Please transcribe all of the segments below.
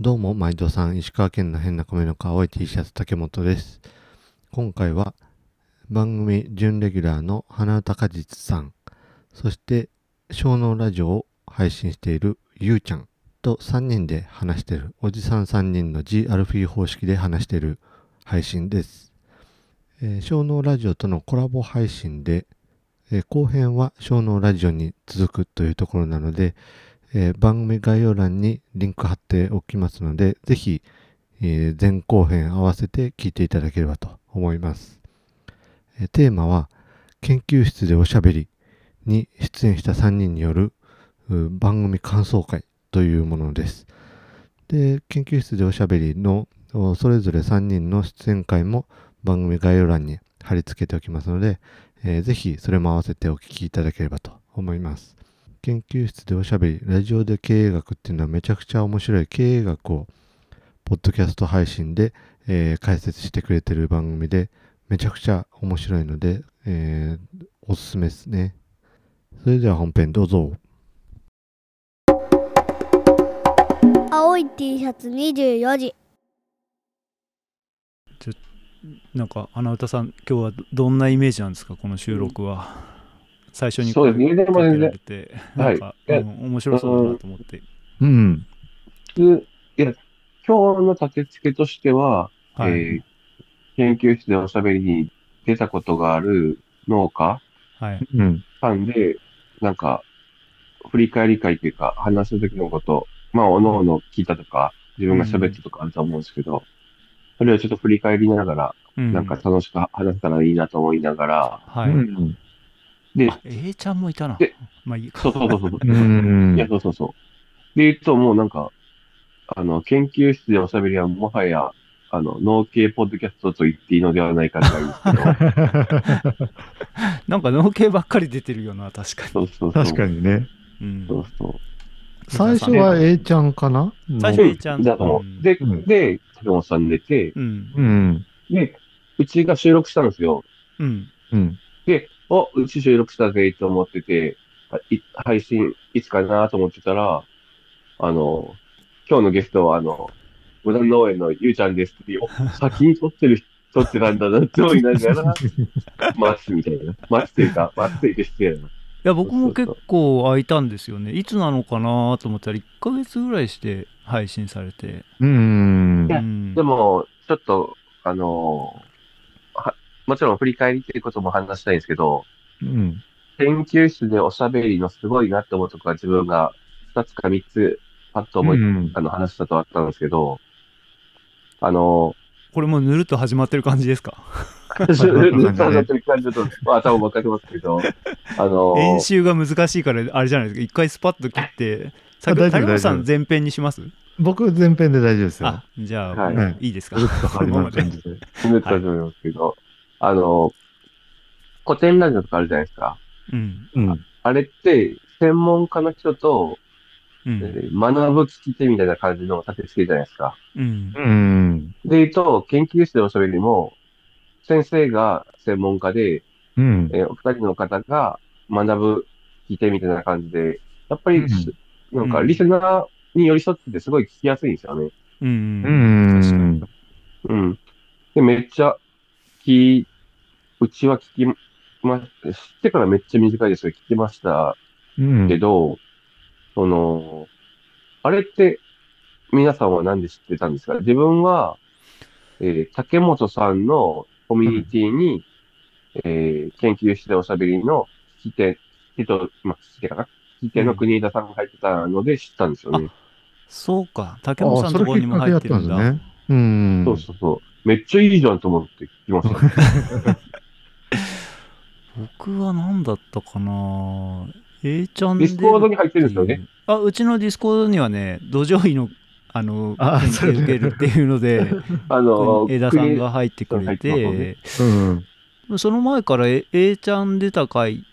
どうも、毎度さん、石川県の変な米のか青い T シャツ竹本です。今回は番組準レギュラーの花歌果実さん、そして小脳ラジオを配信しているゆうちゃんと3人で話しているおじさん3人の G アルフィー方式で話している配信です。えー小脳ラジオとのコラボ配信で、えー後編は小脳ラジオに続くというところなので、えー番組概要欄にリンク貼っておきますので、ぜひ、えー前後編合わせて聞いていただければと思います。えーテーマは、研究室でおしゃべりに出演した3人によるう番組感想会というものです。で、研究室でおしゃべりのおそれぞれ3人の出演会も番組概要欄に貼り付けておきますので、えーぜひそれも合わせてお聞きいただければと思います。研究室でおしゃべりラジオで経営学っていうのはめちゃくちゃ面白い経営学をポッドキャスト配信で、えー解説してくれてる番組でめちゃくちゃ面白いので、えーおすすめですねそれでは本編どうぞ青い T シャツ24時なんか花歌さん今日はどどんなイメージなんですかこの収録は、最初にそうですね、でも声かけ全ら然れて、はないんか、いやうん面白そうだなと思って、うん普通、いや、今日の立て付けとしては、はい、えー研究室でおしゃべりに出たことがある農家はいうんさんで、なんか、振り返り会というか、話した時のこと、まあ、おのおの聞いたとか、自分が喋ったとかあると思うんですけど、それをちょっと振り返りながら、うなんか楽しく話せたらいいなと思いながら、はい、うんで、あ A ちゃんもいたなでまあいいかそうそうそうそうう、ん いや、そうそうそう。で、言うと、もうなんか、あの、研究室でおしゃべりは、もはや、あの、農系ポッドキャストと言っていいのではないかぐらいですけど、なんか農系ばっかり出てるよな確かに、そうそうそう。確かに。にねうんそうそう。最初は A ちゃんかな最初う A ちゃんだと思うんう。でうん、で、竹本さん出て、うんうんで、うちが収録したんですよ。うんうんで、お、うち収録したぜと思ってて、い配信いつかなと思ってたら、あの、今日のゲストは、あの、無駄農園のゆうちゃんですっていう、お先に撮ってる、撮ってたんだなって思いながら、待つみたいな。待つとい うか、待つというか失礼だな。いや僕も結構空いたんですよねいつなのかなと思ったら1ヶ月ぐらいして配信されて、うんいやうんでも、ちょっと、あの、はもちろん振り返りっていうことも話したいんですけど、うん研究室でおしゃべりのすごいなって思うとこが自分が2つか3つ、パッと思い、うんあの話したとあったんですけど、あの、これもうぬるっと始まってる感じですかずっと話ってる感じだと、まあ、頭分かってますけど、あの、編集が難しいからあれじゃないですか一回スパッと切ってさ大丈夫谷本さ大丈ん夫前編にします僕前編で大丈夫ですよあじゃあ、はいもういいですかずっと始まる感このままじででずっと話してますけど、あの、古典ラジオとかあるじゃないですか。うんうんあれって、専門家の人と、うえんー学ぶ聞き手みたいな感じの立て付けじゃないですか。うんうんで言うと、研究室でおしゃべりも、先生が専門家で、うんえーお二人の方が学ぶ、聞いてみたいな感じで、やっぱり、んなんか、うんリスナーに寄り添っててすごい聞きやすいんですよね。ううんうんんうん。で、めっちゃ、聞い、うちは聞きま、知ってからめっちゃ短いですけど、聞きましたうんけど、その、あれって、皆さんは何で知ってたんですか自分は、えー竹本さんのコミュニティに、えー研究室でおしゃべりの聞き手、聞き手と、まあ、聞き手かな聞き手の国枝さんが入ってたので知ったんですよね。そうか竹本さんのところにも入ってるんだあそれきっかけやったんですね。うん。そうそうそう。めっちゃいいじゃんと思って聞きました。僕は何だったかな A ちゃんデでィスコードに入ってるんですよね。あうちのディスコードにはね土壌医のあのあそ研れ究受けるっていうのであの、江田さん国が入ってくれ入ってますねてうん。その前から A, A ちゃん出た回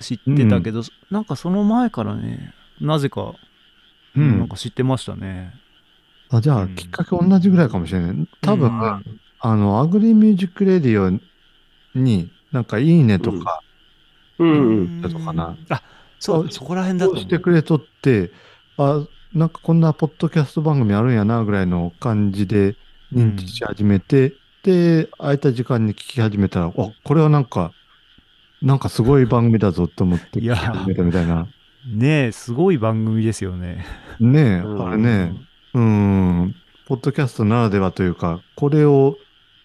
知ってたけど、なんかその前からね、なぜか、うなんん。か知ってましたね。あじゃあ、うんきっかけ同じぐらいかもしれない。多分、うんあの、アグリミュージックレディオに、なんかいいねとか、うんうん。だとかなあそう、あそこら辺だとを思うしてくれとって、あ、なんかこんなポッドキャスト番組あるんやなぐらいの感じで認知し始めて、で、空いた時間に聞き始めたら、あ、これはなんか、なんかすごい番組だぞと思って聞いきや始めたみたいな。ねえ、すごい番組です よね。ねえ、うんあれね、うん、ポッドキャストならではというか、これを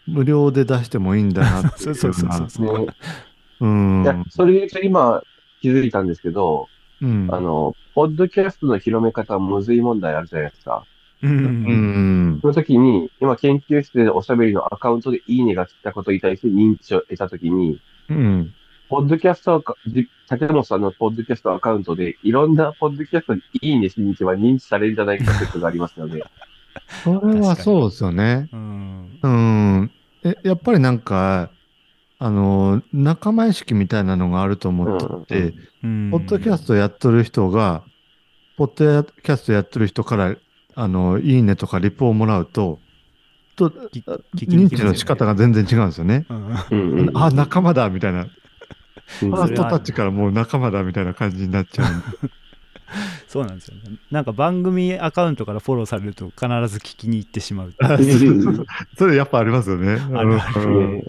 無料で出してもいいんだなってい そうような。うそうそうそうそう。ねうん。いや、それで言うと今気づいたんですけど、うん。あの、ポッドキャストの広め方むずい問題あるじゃないですか。う。うんん。その時に、今研究室でおしゃべりのアカウントでいいねが来たことに対して認知を得た時に、うん。ポッドキャストアカ、じ竹本さんのポッドキャストアカウントで、いろんなポッドキャストにいいねしに行けば認知されるんじゃないか説がありますので、それはそうですよね。うん。うん。え、やっぱりなんか、あの、仲間意識みたいなのがあると思ってて、うんポッドキャストやっとる人が、ポッドキャストやっとる人から、あの、いいねとかリプをもらうと、と、き認知の仕方。が全然違うんですよね。うん うんうんあ、仲間だみたいな。うんファーストタッチからもう仲間だみたいな感じになっちゃそうなんですよね。なんか番組アカウントからフォローされると必ず聞きに行ってしまう。う。うんそれやっぱありますよね。あるうん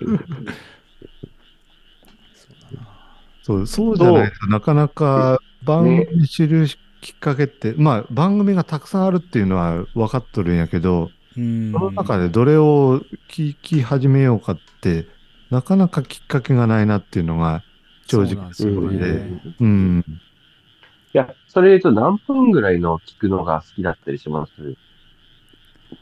そうそうじゃないとなかなか番組知るきっかけって、まあ番組がたくさんあるっていうのは分かっとるんやけど、うんその中でどれを聞き始めようかって、なかなかきっかけがないなっていうのが正そうなん直。ですようんね。いうん。や、それで言うと何分ぐらいの聞くのが好きだったりします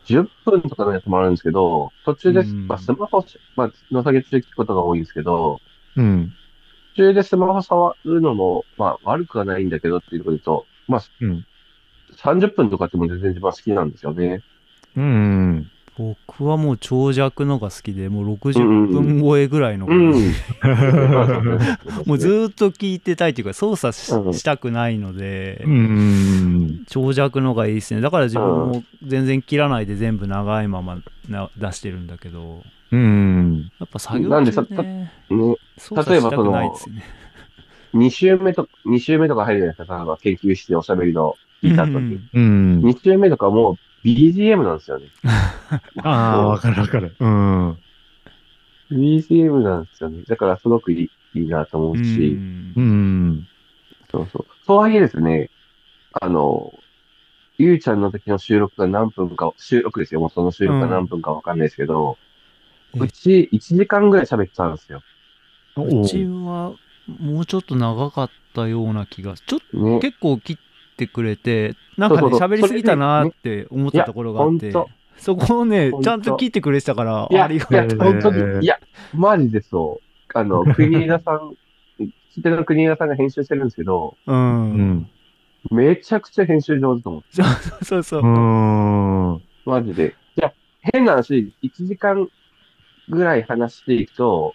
?10 分とかのやつもあるんですけど、途中で、うんまあ、スマホ、まあ、の作業中で聞くことが多いんですけど、うん。途中でスマホ触るのも、まあ、悪くはないんだけどっていうことで言うと、まあ、うん30分とかっても全然自分は好きなんですよね。うん。僕はもう長尺のが好きで、もう60分超えぐらいのが。うん。 もうずーっと聞いてたいというか、操作しうんしたくないのでう、ん。長尺のがいいですね。だから自分うんも全然切らないで全部長いままな出してるんだけど、うん。っやっぱ作業なんで中さね、ね、操作したくないで例えばすそね。 2週目と、二週目とか入るじゃないですか、例えば研究室でおしゃべりの聞いた後に。うん。 2週目とかもう BGM なんですよね。ああ、わかるわかる。うん。 BGM なんですよね。だからすごくいいいいなと思ううんし、うん。そうそう。とはいえですね、あの、ゆうちゃんの時の収録が何分か、収録ですよ、もうその収録が何分かわかんないですけど、ううんち1時間ぐらい喋ってたんですよ。おうちはもうちょっと長かったような気が、ちょっとね。結構切ってくれて、なんかね、そうそうそう喋りすぎたなーって思ったところがあっいてやほんと、そこをねほん、とちゃんと切ってくれてたからい、や、ありいがや、とう本当に、いや、マジでそう。あの、国枝さん、聞いてる国枝さんが編集してるんですけど、う。うんん。めちゃくちゃ編集上手と思う。そう そうそうう。ん。マジで。いや、変な話、1時間ぐらい話していくと、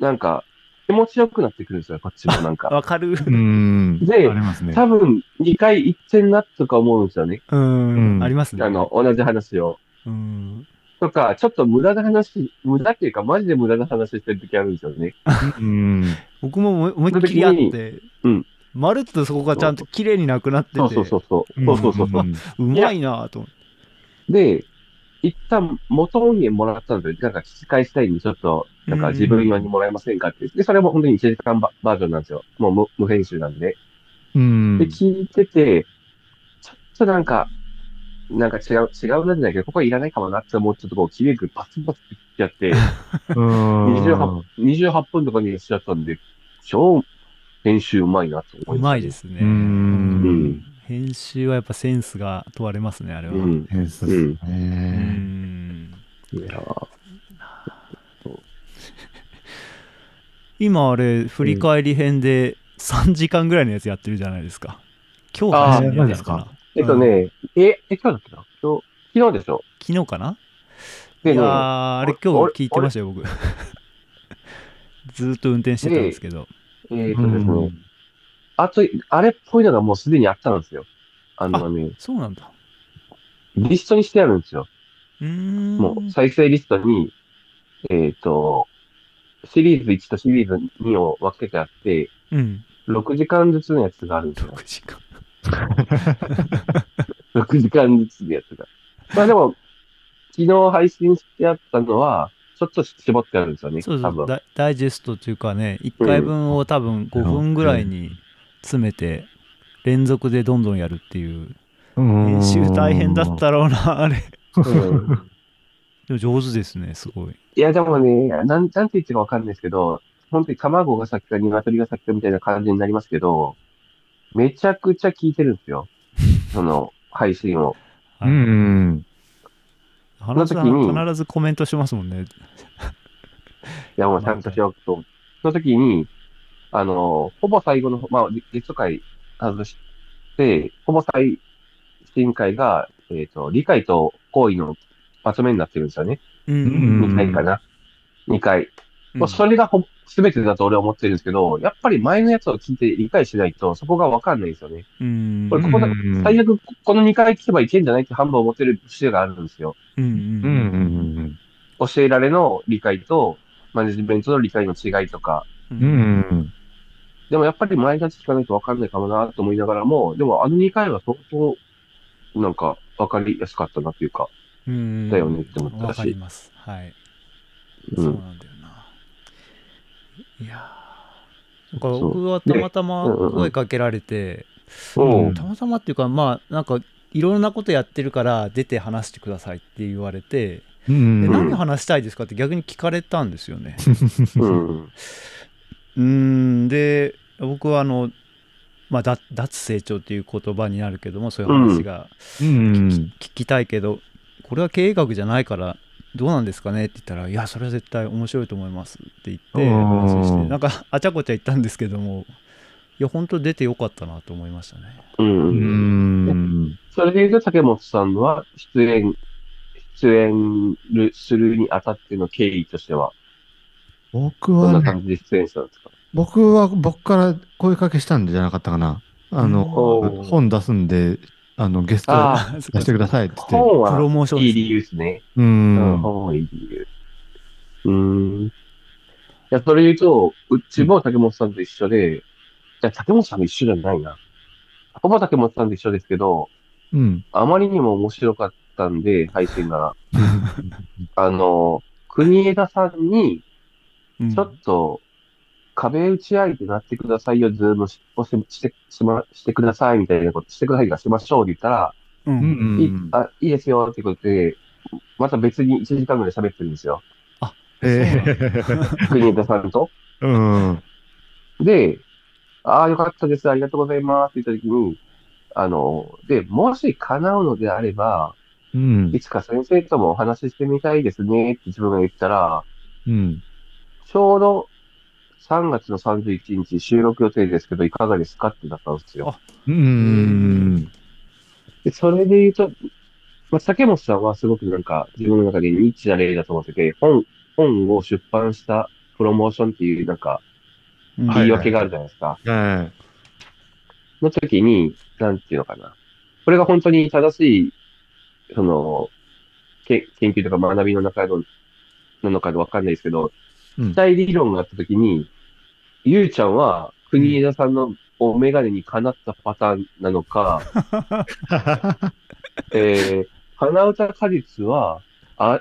なんか、気持ちよくなってくるんですよ、こっちもな んか。わかる。うん。でありますね。多分、2回一致になったとか思うんですよね。うん。うんありますね。あの、同じ話を。うん。とか、ちょっと無駄な話、無駄っていうか、マジで無駄な話してる時あるんですよね。うん。僕も思い思いっきりあって、うんまるっとそこがちゃんと綺麗になくなってて、そうそうそうそう。そうそうそうそう。うまいなぁと思って。で、一旦元音源もらったんで、なんか聞き返したいんで、ちょっと、なんか自分用にもらえませんかって。で、それも本当に1時間ババージョンなんですよ。もう無無編集なんで。うん。で、聞いてて、ちょっとなんか、なんか違う、違うなじゃないけど、ここはいらないかもなって思うちょっとこう、切れるバツバツってやって、うん。 28 28分とかにしちゃったんで、超編集うまいなと思ういままいしたでね。すね。うんうん編集はやっぱセンスが問われますね、あれは。うん。変ですね。んいやー今あれ、振り返り編で3時間ぐらいのやつやってるじゃないですか。今日初めてやったのかあーなえっとね、え、え、今日だっけな今日、昨日でしょ昨日かなでいねやー、あれ今日聞いてましたよ、僕。 ずーっと運転してたんですけど。えーっとですね、あと、あれっぽいのがもうすでにあったんですよ。あのね、そうなんだ。リストにしてあるんですよ。うーん。もう再生リストに、えっ、と、シリーズ1とシリーズ2を分けてあって、うん。 6時間ずつのやつがあるんですよ。 6時間。 6時間ずつでやってた。まあでも、昨日配信してあったのは、ちょっと絞ってあるんですよね、そう多そう分。ダイダイジェストというかね1回分を多分5分ぐらいに詰めて連続でどんどんやるっていう編編集大変だったろうな あれうんでも上手ですねすごいいや、でもね、なん、なんて言ってかわかんないですけど、本当に卵が先か鶏が先かみたいな感じになりますけど、めちゃくちゃ聞いてるんですよ。その、配信を。うんうん花さその時んに必ずコメントしますもんねいや、もう参加しようと。その時に、あの、ほぼ最後の、まあ、ゲゲスト会外して、ほぼ最新回が、えっ、と、理解と行為の集めになってるんですよね。うんうん2回かな。2回。うんまあ、それがほ全てだと俺は思ってるんですけど、やっぱり前のやつを聞いて理解しないと、そこがわかんないんですよね。うんこれ、ここだうんうん、最悪、ここの2回聞けばいけんじゃないって半分思ってる節があるんですよ。うんうんうん教えられの理解と、マネジメントの理解の違いとか。ううんうんんうんでもやっぱり前のやつ聞かないとわかんないかもなと思いながらも、でもあの2回は相当、なんか、わかりやすかったなっていうか。うんだよねって思ったしわかりますはいうんそうなんだよな。いやーなんかそう僕はたまたまでうんうん声かけられて、うん。たまたまっていうか、まあ、なんか、いろんなことやってるから出て話してくださいって言われて、うでん何話したいですかって逆に聞かれたんですよ ね。うん。うーん、で、僕はあの、まあ、だ脱成長っていう言葉になるけども、そういう話がうん聞きたいけど、これは経営学じゃないから、どうなんですかねって言ったら、いや、それは絶対面白いと思いますって言っうて、ん話をして、なんか、あちゃこちゃ言ったんですけども、いや、本当出てよかったなと思いましたね。う。うんんそれで言うと、竹本さんは、出演、出演るするにあたっての経緯としては、僕どんはなね感じで出演したんですか僕は僕から声かけしたんじゃなかったかなあおのー本出すんであのゲストあ そっか出してくださいって言って本プロは、モーションいですねい理由ですね。ううん、ん本はいい理由。うーん。いや、それ言うと、うちも竹本さんと一緒で、いや、竹本さんと一緒じゃないな。ほぼ竹本さんと一緒ですけど、うんあまりにも面白かったんで、配信が。あの、国枝さんに、うんちょっと、壁打ち相手になってくださいよ、ズームしをししてしましてくださいみたいなこと、してくださいがしましょうって言ったら、ううんいいんあいいですよってことで、また別に1時間ぐらい喋ってるんですよ。え国枝さんと。えうんで、ああ、よかったです、ありがとうございますって言ったときに、あの、で、もし叶うのであれば、うんいつか先生ともお話ししてみたいですねって自分が言ったら、うんちょうど3月の31日収録予定ですけど、いかがですかってなったんですよ。うんで、それで言うと、まあ、竹本さんはすごくなんか自分の中でニッチな例だと思ってて、本、本を出版したプロモーションっていうなんかうんはい言い訳があるじゃないですか。はいの時に、なんていうのかな。これが本当に正しい、その、け研究とか学びの中の、なのかわかんないですけど、うん期待理論があった時に、ゆうちゃんは国枝さんのお眼鏡にかなったパターンなの か、えー、花歌果実は、あ、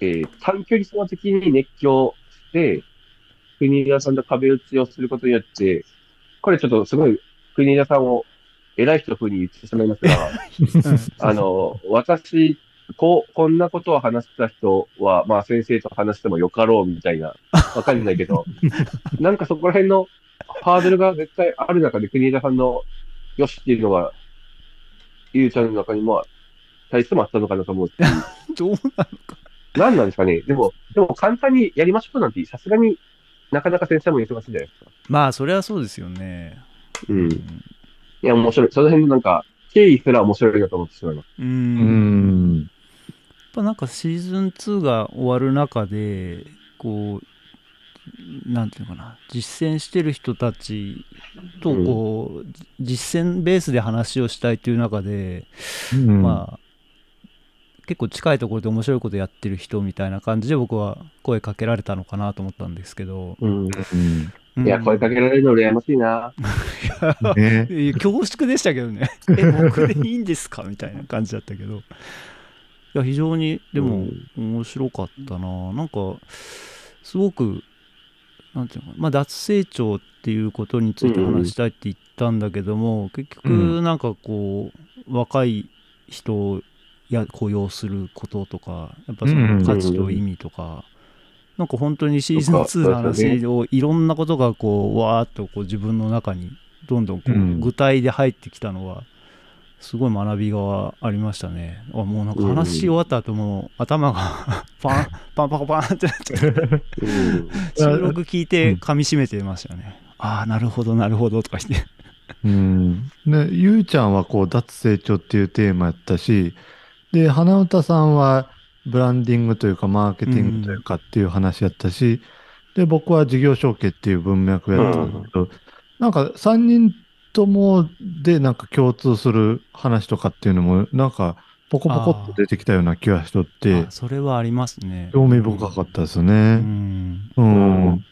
えー短距離走的に熱狂して、国枝さんと壁打ちをすることによって、これちょっとすごい国枝さんを偉い人風に言ってしまいますが、あの、私、こう、こんなことを話した人は、まあ先生と話してもよかろうみたいな、わかんないけど、なんかそこら辺のハードルが絶対ある中で国枝さんのよしっていうのが、ゆうちゃんの中にも、大してもあったのかなと思うし。うん どうな何なんですかねでも、でも簡単にやりましょうなんて、さすがになかなか先生も忙しいじゃないですか。まあそれはそうですよねう。うんいや、面白い。その辺のなんか、経緯すら面白いなと思ってしまいます。ううんやっんぱなんかシーズン2が終わる中でこうなんていうのかな実践してる人たちとこう、実践ベースで話をしたいという中で、まあ結構近いところで面白いことやってる人みたいな感じで僕は声かけられたのかなと思ったんですけど、うん。うんうんいや、声かけられるの羨ましいな。ね。いや恐縮でしたけど ねえ僕でいいんですかみたいな感じだったけどいや非常にでも面白かったななんかすごくなんていうのかな、まあ、脱成長っていうことについて話したいって言ったんだけども、結う局なんかこう若い人をや雇用することとかやっぱその価値と意味とか、なんか本当にシーズンと2のかそうです話をいろんなことがこうわーっとこう自分の中にどんどんこううん具体で入ってきたのはすごい学びがありましたね。あもうなんか話し終わった後もう頭がパンパンパカパンってなっちゃってうん収録聞いて噛み締めてましたね。ああなるほどなるほどとか言って。うん、でゆうちゃんはこう脱成長っていうテーマやったしで花歌さんはブランディングというかマーケティングというかっていう話やったし、で僕は事業承継っていう文脈やったんだけど、なんか3人ともでなんか共通する話とかっていうのもなんかポコポコっと出てきたような気がしとってあそれはありますね。興味深かったですうね。ん。うんうん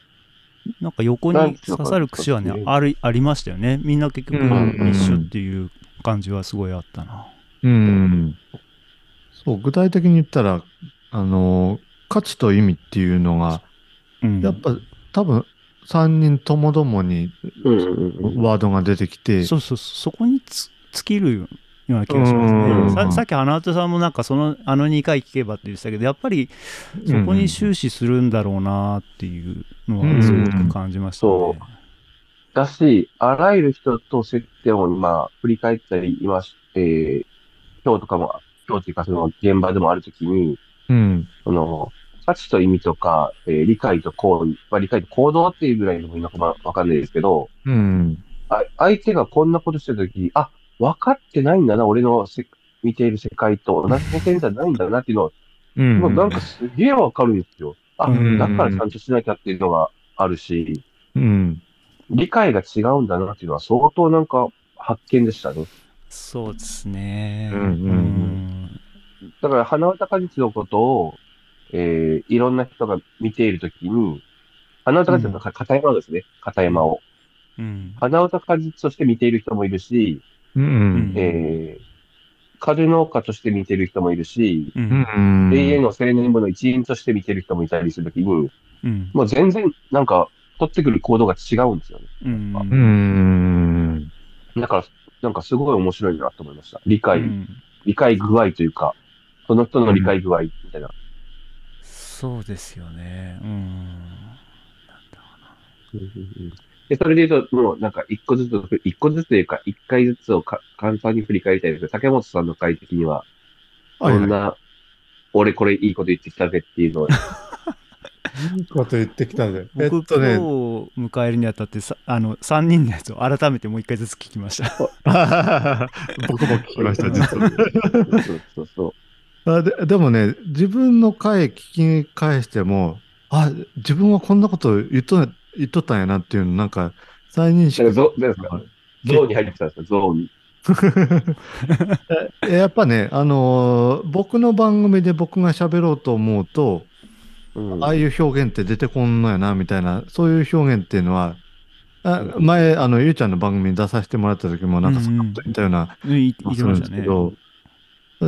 なんか横に刺さる櫛はなんねていうのかあるありましたよねみんな結局うん一緒っていう感じはすごいあったな、うん。そう、具体的に言ったら、あの、価値と意味っていうのが、うんやっぱ多分3人ともどもにうんうんうんワードが出てきて、そうそうそうそこにつ尽きるような気がしますねうんささっき花畑さんもなんかそのあの2回聞けばって言ってたけどやっぱりそこに終始するんだろうなっていうのはすごく感じましたね、うんうんだし、あらゆる人と接点をまあ振り返ったり、今、えー、今日とかも、今日というかその現場でもあるときに、うん、その、価値と意味とか、えー理解と行為、まあ、理解と行動っていうぐらいのもいいのかまあわかんないですけど、うん、あ相手がこんなことしてるとき、あ、分かってないんだな、俺のせ見ている世界と同じ目線じゃないんだなっていうのを、うん、もうなんかすげえわかるんですよ。あ、うんだからちゃんとしなきゃっていうのがあるし、うん、理解が違うんだなっていうのは相当なんか発見でしたね。そうですねうんうんだから、花歌果実のことを、えー、いろんな人が見ているときに、花歌果実のか片山ですね、片山を。うん花歌果実として見ている人もいるし、うん、うん、えー、風農家として見ている人もいるし、ううんん、 AN の青年部の一員として見ている人もいたりするときに、うんもう全然なんか取ってくる行動が違うんですよね。うんうん、うん、だから、なんかすごい面白いなと思いました。理う解、ん理解具合というか、その人の理解具合みたいな。そうですよねうんで、それで言うと、もうなんか一個ずつ、一個ずつというか、一回ずつをか簡単に振り返りたいんですけど、竹本さんの回的には、こはいはいんな、俺これいいこと言ってきたぜっていうのを、いいこと言ってきたぜ。えっ僕、とね、 今日迎えるにあたってさあの3人のやつを改めてもう一回ずつ聞きました僕も聞きました、実は。は。そうそうそう。あででもね、自分の回聞き返しても、あ、自分はこんなこと言っと言っとったんやなっていうの、なんか、再認識なんかゾなんですかゾーンに入ってきたんですか、ゾーンに。えやっぱね、あのー僕の番組で僕が喋ろうと思うと、うんああいう表現って出てこんのやな、みたいな、そういう表現っていうのは、あ前、あの、ゆうちゃんの番組に出させてもらった時も、なんかそんなこと言ったようなうんい気がいするてまんしでたすけね。ど、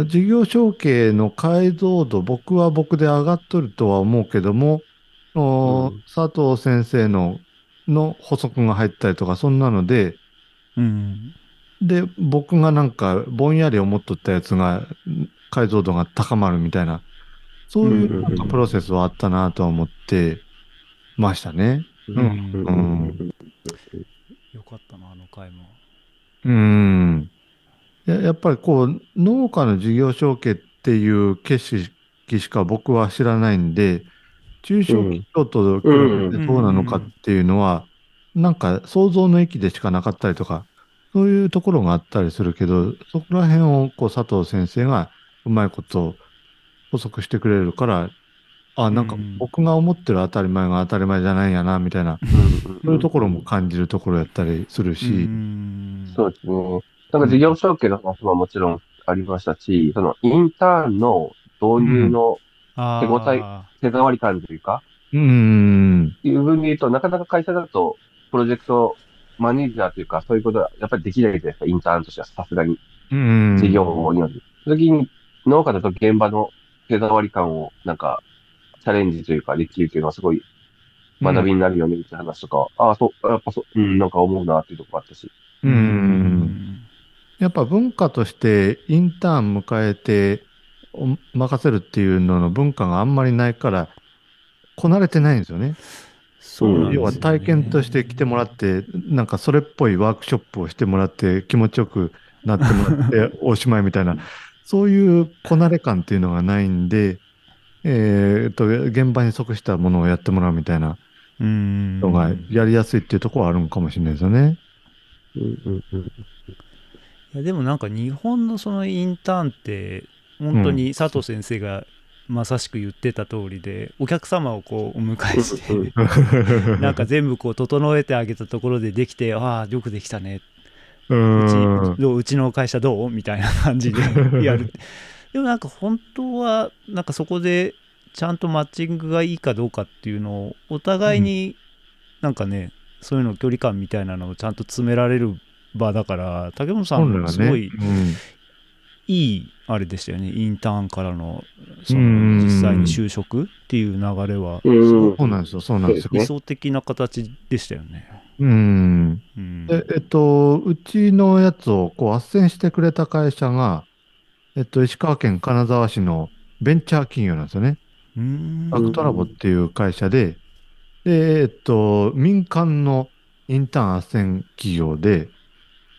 事業承継の解像度、僕は僕で上がっとるとは思うけども、おうん佐藤先生のの補足が入ったりとか、そんなので、うん。で、僕がなんかぼんやり思っとったやつがん解像度が高まるみたいな、そういうんうんううんなんかプロセスはあったなとは思ってましたね。うんうんよかったな、あの回も。うん。ややっぱりこう、農家の事業承継っていう景色しか僕は知らないんで、中小企業と比べてどうなのかっていうのは、なんか想像の域でしかなかったりとか、そういうところがあったりするけど、そこら辺をこう佐藤先生がうまいこと補足してくれるから、あ、なんかうん僕が思ってる当たり前が当たり前じゃないんやな、みたいな、そういうところも感じるところやったりするうし、ん。そうですね。なんか事業承継の話ももちろんありましたし、そのインターンの導入のあ手応えー手触り感というか、うん。いう分で言うと、なかなか会社だと、プロジェクトマネージャーというか、そういうことはやっぱりできないじゃないですか、インターンとしてはさすがに。うん事業をにおいて。その時に、農家だと現場の手触り感を、なんか、チャレンジというか、できるっていうのはすごい学びになるよね、って話とか、ああ、そう、やっぱそう、うん、なんか思うな、っていうところあったし。うんやっぱ文化としてインターン迎えてお任せるっていうのの文化があんまりないからこなれてないんですよね。そうなんですよね要は体験として来てもらってなんかそれっぽいワークショップをしてもらって気持ちよくなってもらって おしまいみたいなそういうこなれ感っていうのがないんで、えーっと現場に即したものをやってもらうみたいなうんのがやりやすいっていうところはあるのかもしれないですよね。うん、うん、いやでもなんか日本のそのインターンって本当に佐藤先生がまさしく言ってた通りで、お客様をこうお迎えして、うんなんか全部こう整えてあげたところでできてああよくできたね ううちんどううちの会社どうみたいな感 じでやるでもなんか本当はなんかそこでちゃんとマッチングがいいかどうかっていうのをお互いになんかね、そういうの距離感みたいなのをちゃんと詰められる場だから竹本さ本来んはすねごいうんいいあれでしたよねインターンからのそうんの実際に就職っていう流れはうんすごくそうなんですよ、そうなんですよ。理想的な形でしたよね。うん。うんで、えっと、うちのやつをこう、斡旋してくれた会社が、えっと、石川県金沢市のベンチャー企業なんですよね。うんアクトラボっていう会社で、で、えっと、民間のインターン斡旋企業で、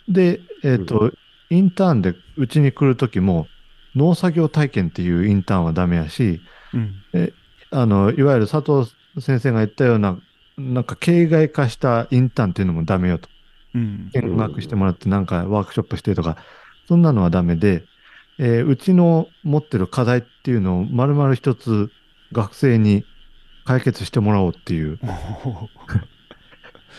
で、えっと、インターンでうちに来るときも、農作業体験っていうインターンはダメやし、うんあの、いわゆる佐藤先生が言ったような、なんか形骸化したインターンっていうのもダメよと。うん見学してもらって、なんかワークショップしてとか、そんなのはダメで、えーうちの持ってる課題っていうのを丸々一つ学生に解決してもらおうっていう。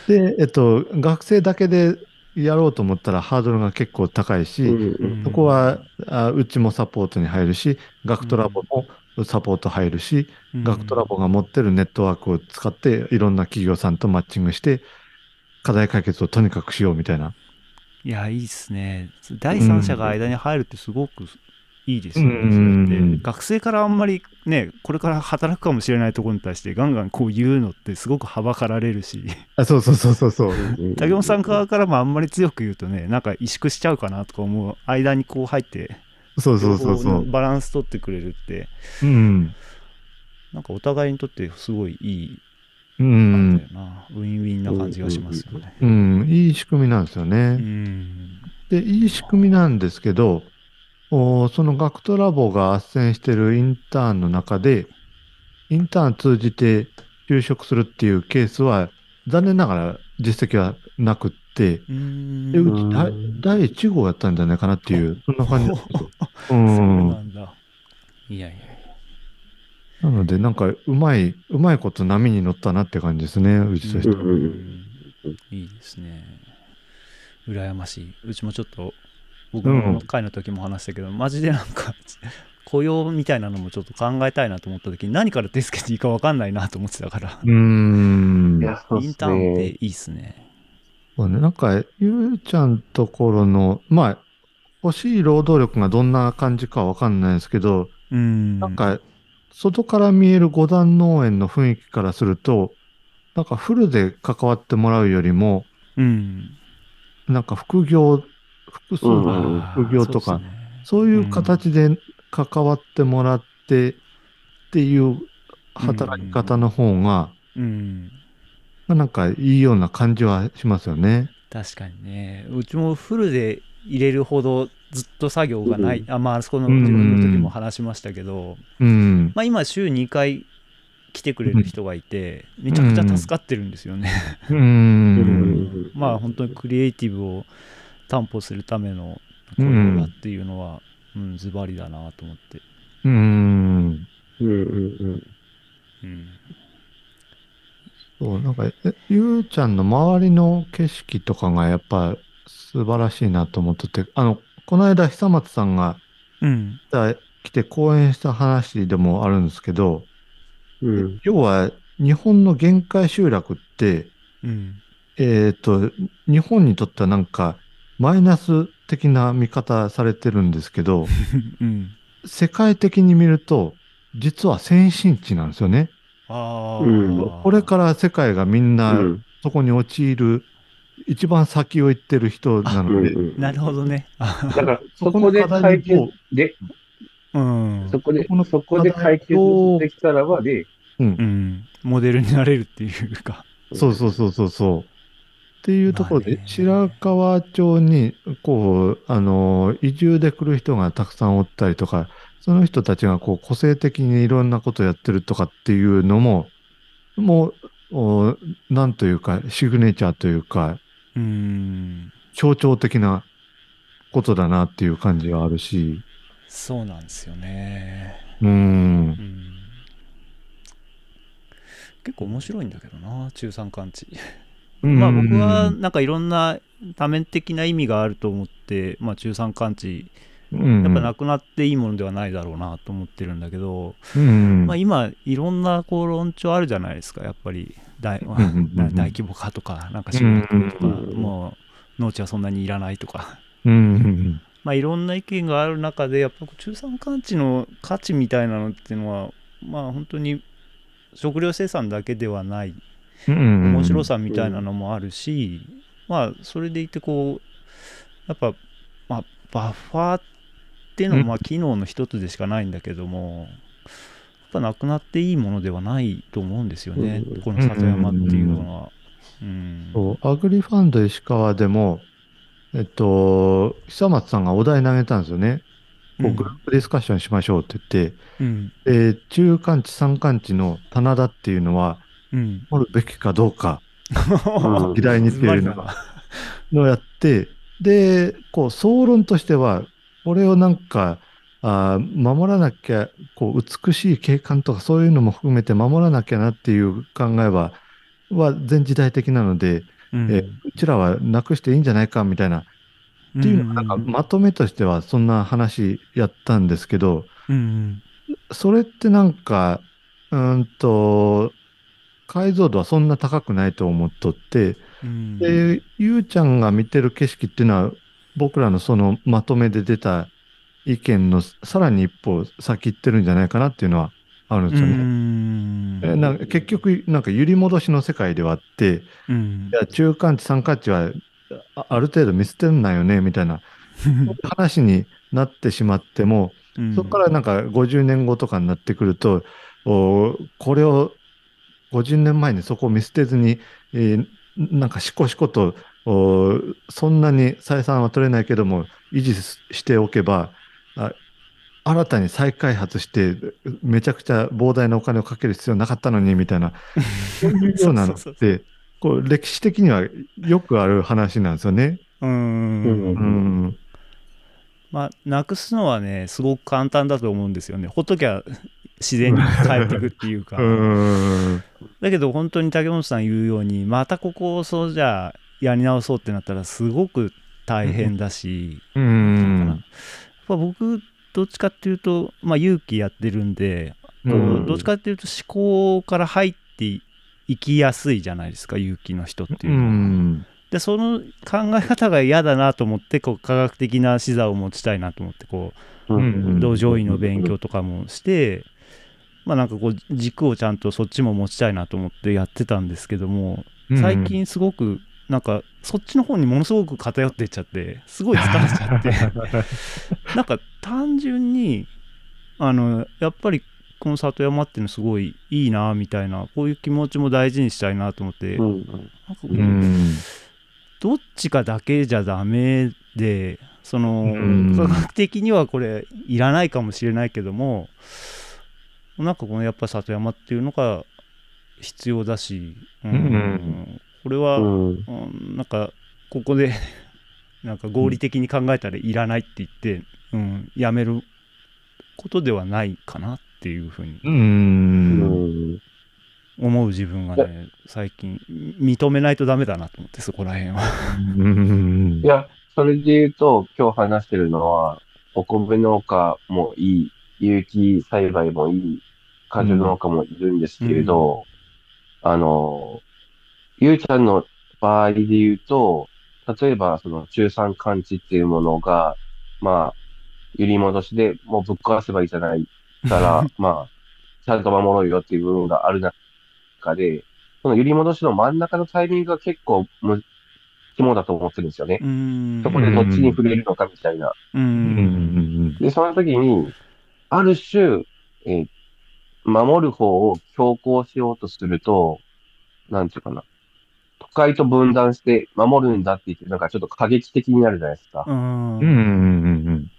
で、えっと、学生だけでやろうと思ったらハードルが結構高いし、うん、そこはあうちもサポートに入るし、学徒ラボもサポート入るし、学徒ラボが持ってるネットワークを使って、いろんな企業さんとマッチングして、課題解決をとにかくしようみたいな。いや、いいっすね。第三者が間に入るってすごくいいですよね。うんそれってうん学生からあんまりね、これから働くかもしれないところに対してガンガンこう言うのってすごくはばかられるし、あそうそうそうそうそう。竹本さん側からもあんまり強く言うとね、なんか萎縮しちゃうかなとか思う間にこう入って、そうそうそうそ両方のう。バランス取ってくれるって、うん。なんかお互いにとってすごいいい、うなんだん。よな、ウィンウィンな感じがしますよね。うん。いい仕組みなんですようね。ん。で、いい仕組みなんですけど、おその学徒ラボが斡旋してるインターンの中で、インターン通じて就職するっていうケースは、残念ながら実績はなくって、うんでうちだ第1号やったんじゃないかなっていう、そんな感じ。う。そうなんんだ。いやいや。なので、なんか、うまい、うまいこと波に乗ったなって感じですね、うちとしては。うんうんうんいいですね。羨ましい。うちもちょっと、僕の会の時も話したけど、マジでなんか、雇用みたいなのもちょっと考えたいなと思った時に、何から手付けていいか分かんないなと思ってたから、うーんい。や、そうイでンすターンっねて。いいっすね。そうね、なんか、ゆうちゃんところの、まあ、欲しい労働力がどんな感じかわかんないですけど、うん。なん、か、外から見える五段農園の雰囲気からすると、なんかフルで関わってもらうよりも、うん。なんか副業、複数うんの副業とか、そういう形で関わってもらってっていう働き方の方が、うん。うんなんかいいような感じはしますよね。確かにねうちもフルで入れるほどずっと作業がない、うあまああそこのうん自分の時も話しましたけど、うん。まあ、今週2回来てくれる人がいて、めちゃくちゃ助かってるんですよね、う。うんんまあ本当にクリエイティブを担保するための雇用だっていうのは、うん、ズバリだなと思って、うん。うんうんうん、そう、なんか、えゆうちゃんの周りの景色とかがやっぱ素晴らしいなと思ってて、あの、この間久松さんがうん、来た来て講演した話でもあるんですけど、うん。うん要は日本の限界集落って、うん、えっ、と、日本にとってはなんか、マイナス的な見方されてるんですけ ど、うん。世界的に見ると、実は先進地なんですよね。ああ、うんこれから世界がみんう。なんそこに陥る、一番先を行ってる人なうのんで、うんなるほど ね。あだから、そのこで課題解に決こで、うん。そこでこの、そこで解決できたらばで、う、うんうん。モデルになれるっていうか。そうそうそうそうそう。っていうところでま、あね白川町に、こう、あの、移住で来る人がたくさんおったりとか、その人たちがこう個性的にいろんなことやってるとかっていうのも、もう、おなんというか、シグネチャーというか、うん。象徴的なことだなっていう感じがあるし、そうなんですよね。うーんう、ん。結構面白いんだけどな、中山間地。まあうん僕は、なんかいろんな多面的な意味があると思って、まあ中山間地、うん、やっぱなくなっていいものではないだろうなと思ってるんだけど、うん、まあ、今いろんなこう論調あるじゃないですかやっぱり大んうんうんな大規模化とかなんか集約とかうんうんうんもう農地はそんなにいらないとか、うん、うん、まあ、いろんな意見がある中でやっぱ中産間地の価値みたいなのっていうのはまあ本当に食料生産だけではないうん、面白さみたいなのもあるし、まあそれでいてこうやっぱ、まあ、バッファーっていうのうはんまあ機能の一つでしかないんだけども、やっぱなくなっていいものではないと思うんですよね、うんこの里山っていうのは。うんそうアグリファンド石川でも、えっと、久松さんがお題投げたんですよね。こう グループディスカッションしましょうって言って、うんえー中間地、山間地の棚田っていうのは、うん掘るべきかどうか、う ん議題につけるのが、のをやって、で、こう、総論としては、これをなんか、あー守らなきゃ、こう、美しい景観とかそういうのも含めて守らなきゃなっていう考えは、は全時代的なので、うんえーうちらはなくしていいんじゃないかみたいなっていうのがなんかまとめとしてはそんな話やったんですけど、うんそれってなんか、うーんと、解像度はそんな高くないと思っとって、うんで、ゆうちゃんが見てる景色っていうのは、僕らのそのまとめで出た意見のさらに一歩先行ってるんじゃないかなっていうのはあるんですようね。んえなんか結局、なんか揺り戻しの世界ではあって、うんいや中間地、山間地はあある程度見捨てんないよね、みたいな話になってしまっても、そこからなんか50年後とかになってくると、おこれを50年前にそこを見捨てずに、えーなんかしこしこと、おそんなに採算は取れないけども、維持すしておけば、あ新たに再開発して、めちゃくちゃ膨大なお金をかける必要なかったのに、みたいな、そういうようなのそうそうって、こう歴史的にはよくある話なんですよね。うんうんううんん。まあ、なくすのはね、すごく簡単だと思うんですよね。ほっときゃ自然に帰っていくっていうか。うん。だけど本当に竹本さん言うように、またここをそうじゃあやり直そうってなったらすごく大変だし、うだからやっん。ぱ僕、どっちかっていうと、まあ、勇気やってるんで、こううんどっちかっていうと思考から入っていきやすいじゃないですか、勇気の人っていううのは。ん。でその考え方が嫌だなと思ってこう科学的な視座を持ちたいなと思ってこううん同情員の勉強とかもして、まあなんかこう軸をちゃんとそっちも持ちたいなと思ってやってたんですけども最近すごくなんかそっちの方にものすごく偏ってっちゃってすごい疲れちゃってなんか単純にあのやっぱりこの里山っていうのすごいいいなみたいなこういう気持ちも大事にしたいなと思って、うなんかんこううん。どっちかだけじゃダメでその、うん科学的にはこれいらないかもしれないけどもなんかこのやっぱ里山っていうのが必要だし、うんうんこれは、うんうんなんかここで なんか合理的に考えたらいらないって言って、うん、やめることではないかなっていうふうにうん。うん思う自分がね最近認めないとダメだなと思ってそこら辺は。うんいや、それで言うと、今日話してるのは、お米農家もいい、有機栽培もいい、果樹農家もいるんですけれど、あの、ゆうちゃんの場合で言うと、例えば、その、中産感知っていうものが、まあ、揺り戻しでもうぶっ壊せばいいじゃない から、まあ、ちゃんと守ろうよっていう部分がある中で、その揺り戻しの真ん中のタイミングが結構む、肝だと思ってるんですよね。うんそこでどっちに触れるのかみたいな。ううんうんんで、その時に、ある種、えー守る方を強行しようとすると、なんていうかな。都会と分断して守るんだって言って、なんかちょっと過激的になるじゃないですか。ううんんうんうんうんうん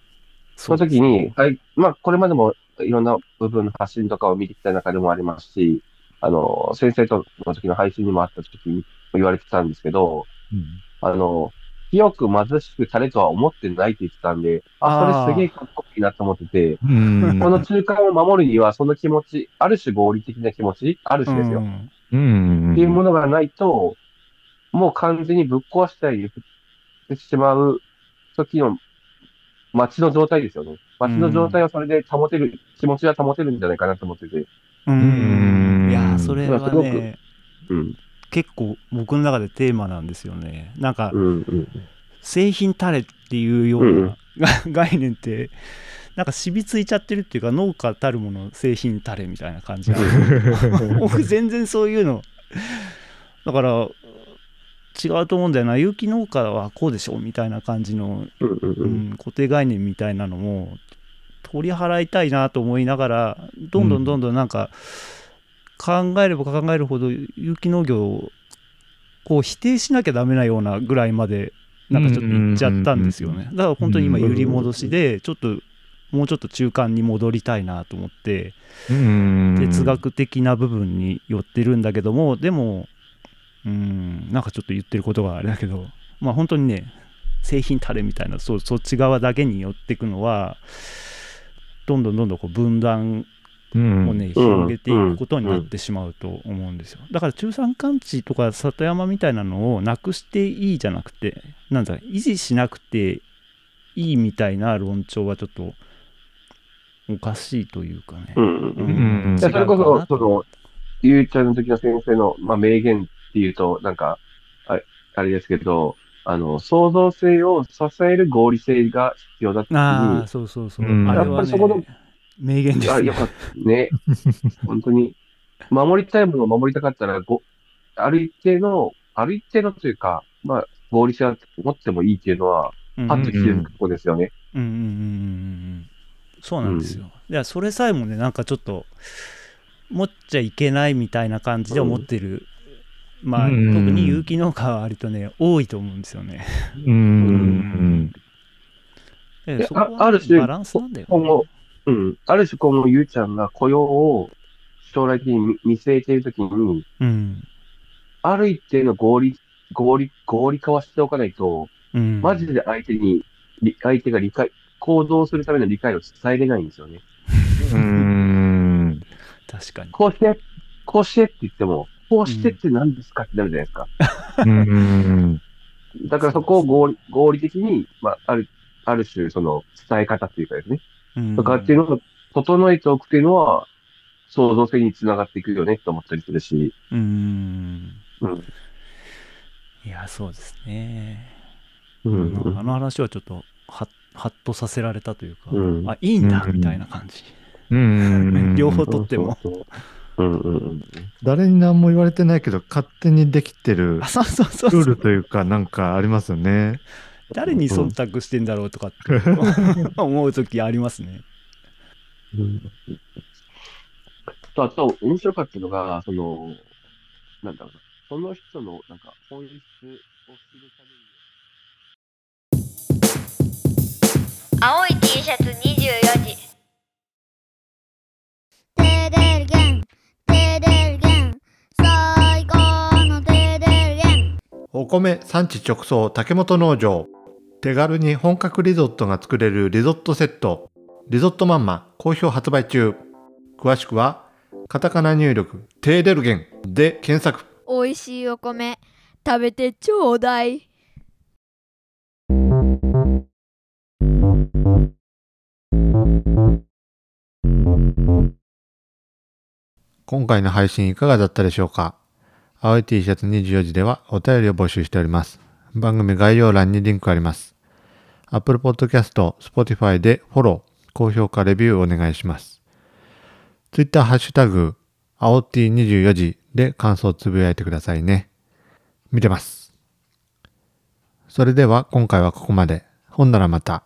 その時に、はい、まあ、これまでもいろんな部分の発信とかを見てきた中でもありますし、あの、先生との時の配信にもあった時にも言われてたんですけど、あの、清く貧しく彼とは思ってないって言ってたんで、あーあ、それすげえかっこいいなと思ってて、うんうんこの中間を守るには、その気持ち、ある種合理的な気持ち、ある種ですよ。うっんうんていうものがないと、もう完全にぶっ壊したりしてしまう時の街の状態ですよね。街の状態をそれで保てる、気持ちは保てるんじゃないかなと思ってて。うんうんいやーそれはすごくねうん、結構僕の中でテーマなんですよねなんかうん、うん。製品タレっていうよううんうな 概念ってなんか染みついちゃってるっていうか農家たるもの製品タレみたいな感 じが僕全然そういうのだから違うと思うんだよな有機農家はこうでしょみたいな感じの、うんうんう、うんん、固定概念みたいなのも取り払いたいなと思いながらどんどんどんどんなんか考えれば考えるほど有機農業をこう否定しなきゃダメなようなぐらいまでなんかちょっと行っちゃったんですようんうんねだから本当に今うん揺り戻しでちょっともうちょっと中間に戻りたいなと思ってうん哲学的な部分に寄ってるんだけどもでもうんなんかちょっと言ってることがあれだけどまあ本当にね製品タレみたいなそうそっち側だけに寄ってくのはどんどんどんどんこう分断うんをね、うん広げていくことになってしまうと思うんですよ。だから中山間地とか里山みたいなのをなくしていいじゃなくて、なんだ維持しなくていいみたいな論調はちょっとおかしいというかね。うんうんうん。うんいやそれこ違うかそな、その、ゆうちゃんの時の先生の、まあ、名言っていうと、なんか、ああれですけど、あの、創造性を支える合理性が必要だっていう。ああ、そうそうそう。うんあれやっはぱりねそこの、名言であ、すね。よかっ た。ね。本当に。守りたいものを守りたかったら、ご、ある一定の、ある一定のというか、まあ、合理性は持ってもいいっていうのは、うんパッと気づくとこですよね。うんうんうんうんうんそうなんですよ。いやそれさえもねなんかちょっと持っちゃいけないみたいな感じで思ってる、まあ、うん特に有機農家は割とね多いと思うんですよね。うんでやそこはねあある種バランスなんだよ、ね。今後うん。ある種、今後、ゆうちゃんが雇用を将来的に見見据えているときに、うんある一定の合理、合理、合理化はしておかないと、うん、マジで相手に、り相手が理解、行動するための理解を伝えれないんですよね。うん確かに。こうして、こうしてって言っても、こうしてって何ですかってなるじゃないですか。うんだからそこを合理合理的に、まあ、ある、ある種、その、伝え方っていうかですね。うんとかっていうのを整えておくっていうのは、創造性につながっていくよねと思ったりするし。うんうん。いやそうですね。うあの話はちょっとははっとさせられたというか、うんあいいんだうんみたいな感じ。うん両方とっても。そうそうそう。うんうんうん。誰に何も言われてないけど勝手にできてるあそうそうそうそルうールというかなんかありますよね。誰に忖度してんだろうとかって思う時ありますね。と、あと、面白かったのが、その、なんだろうな、その人の、なんか、本質を知るために。青い T シャツ24時テレルゲンテレルゲン最高のテレルゲンお米産地直送竹本農場手軽に本格リゾットが作れるリゾットセットリゾットマンマ好評発売中詳しくはカタカナ入力テーデルゲンで検索美味しいお米食べてちょうだい今回の配信いかがだったでしょうか青い T シャツ24時ではお便りを募集しております。番組概要欄にリンクあります。Apple Podcast、Spotify でフォロー、高評価、レビューお願いします。Twitter ハッシュタグ、青 T24 時で感想をつぶやいてくださいね。見てます。それでは今回はここまで。ほんならまた。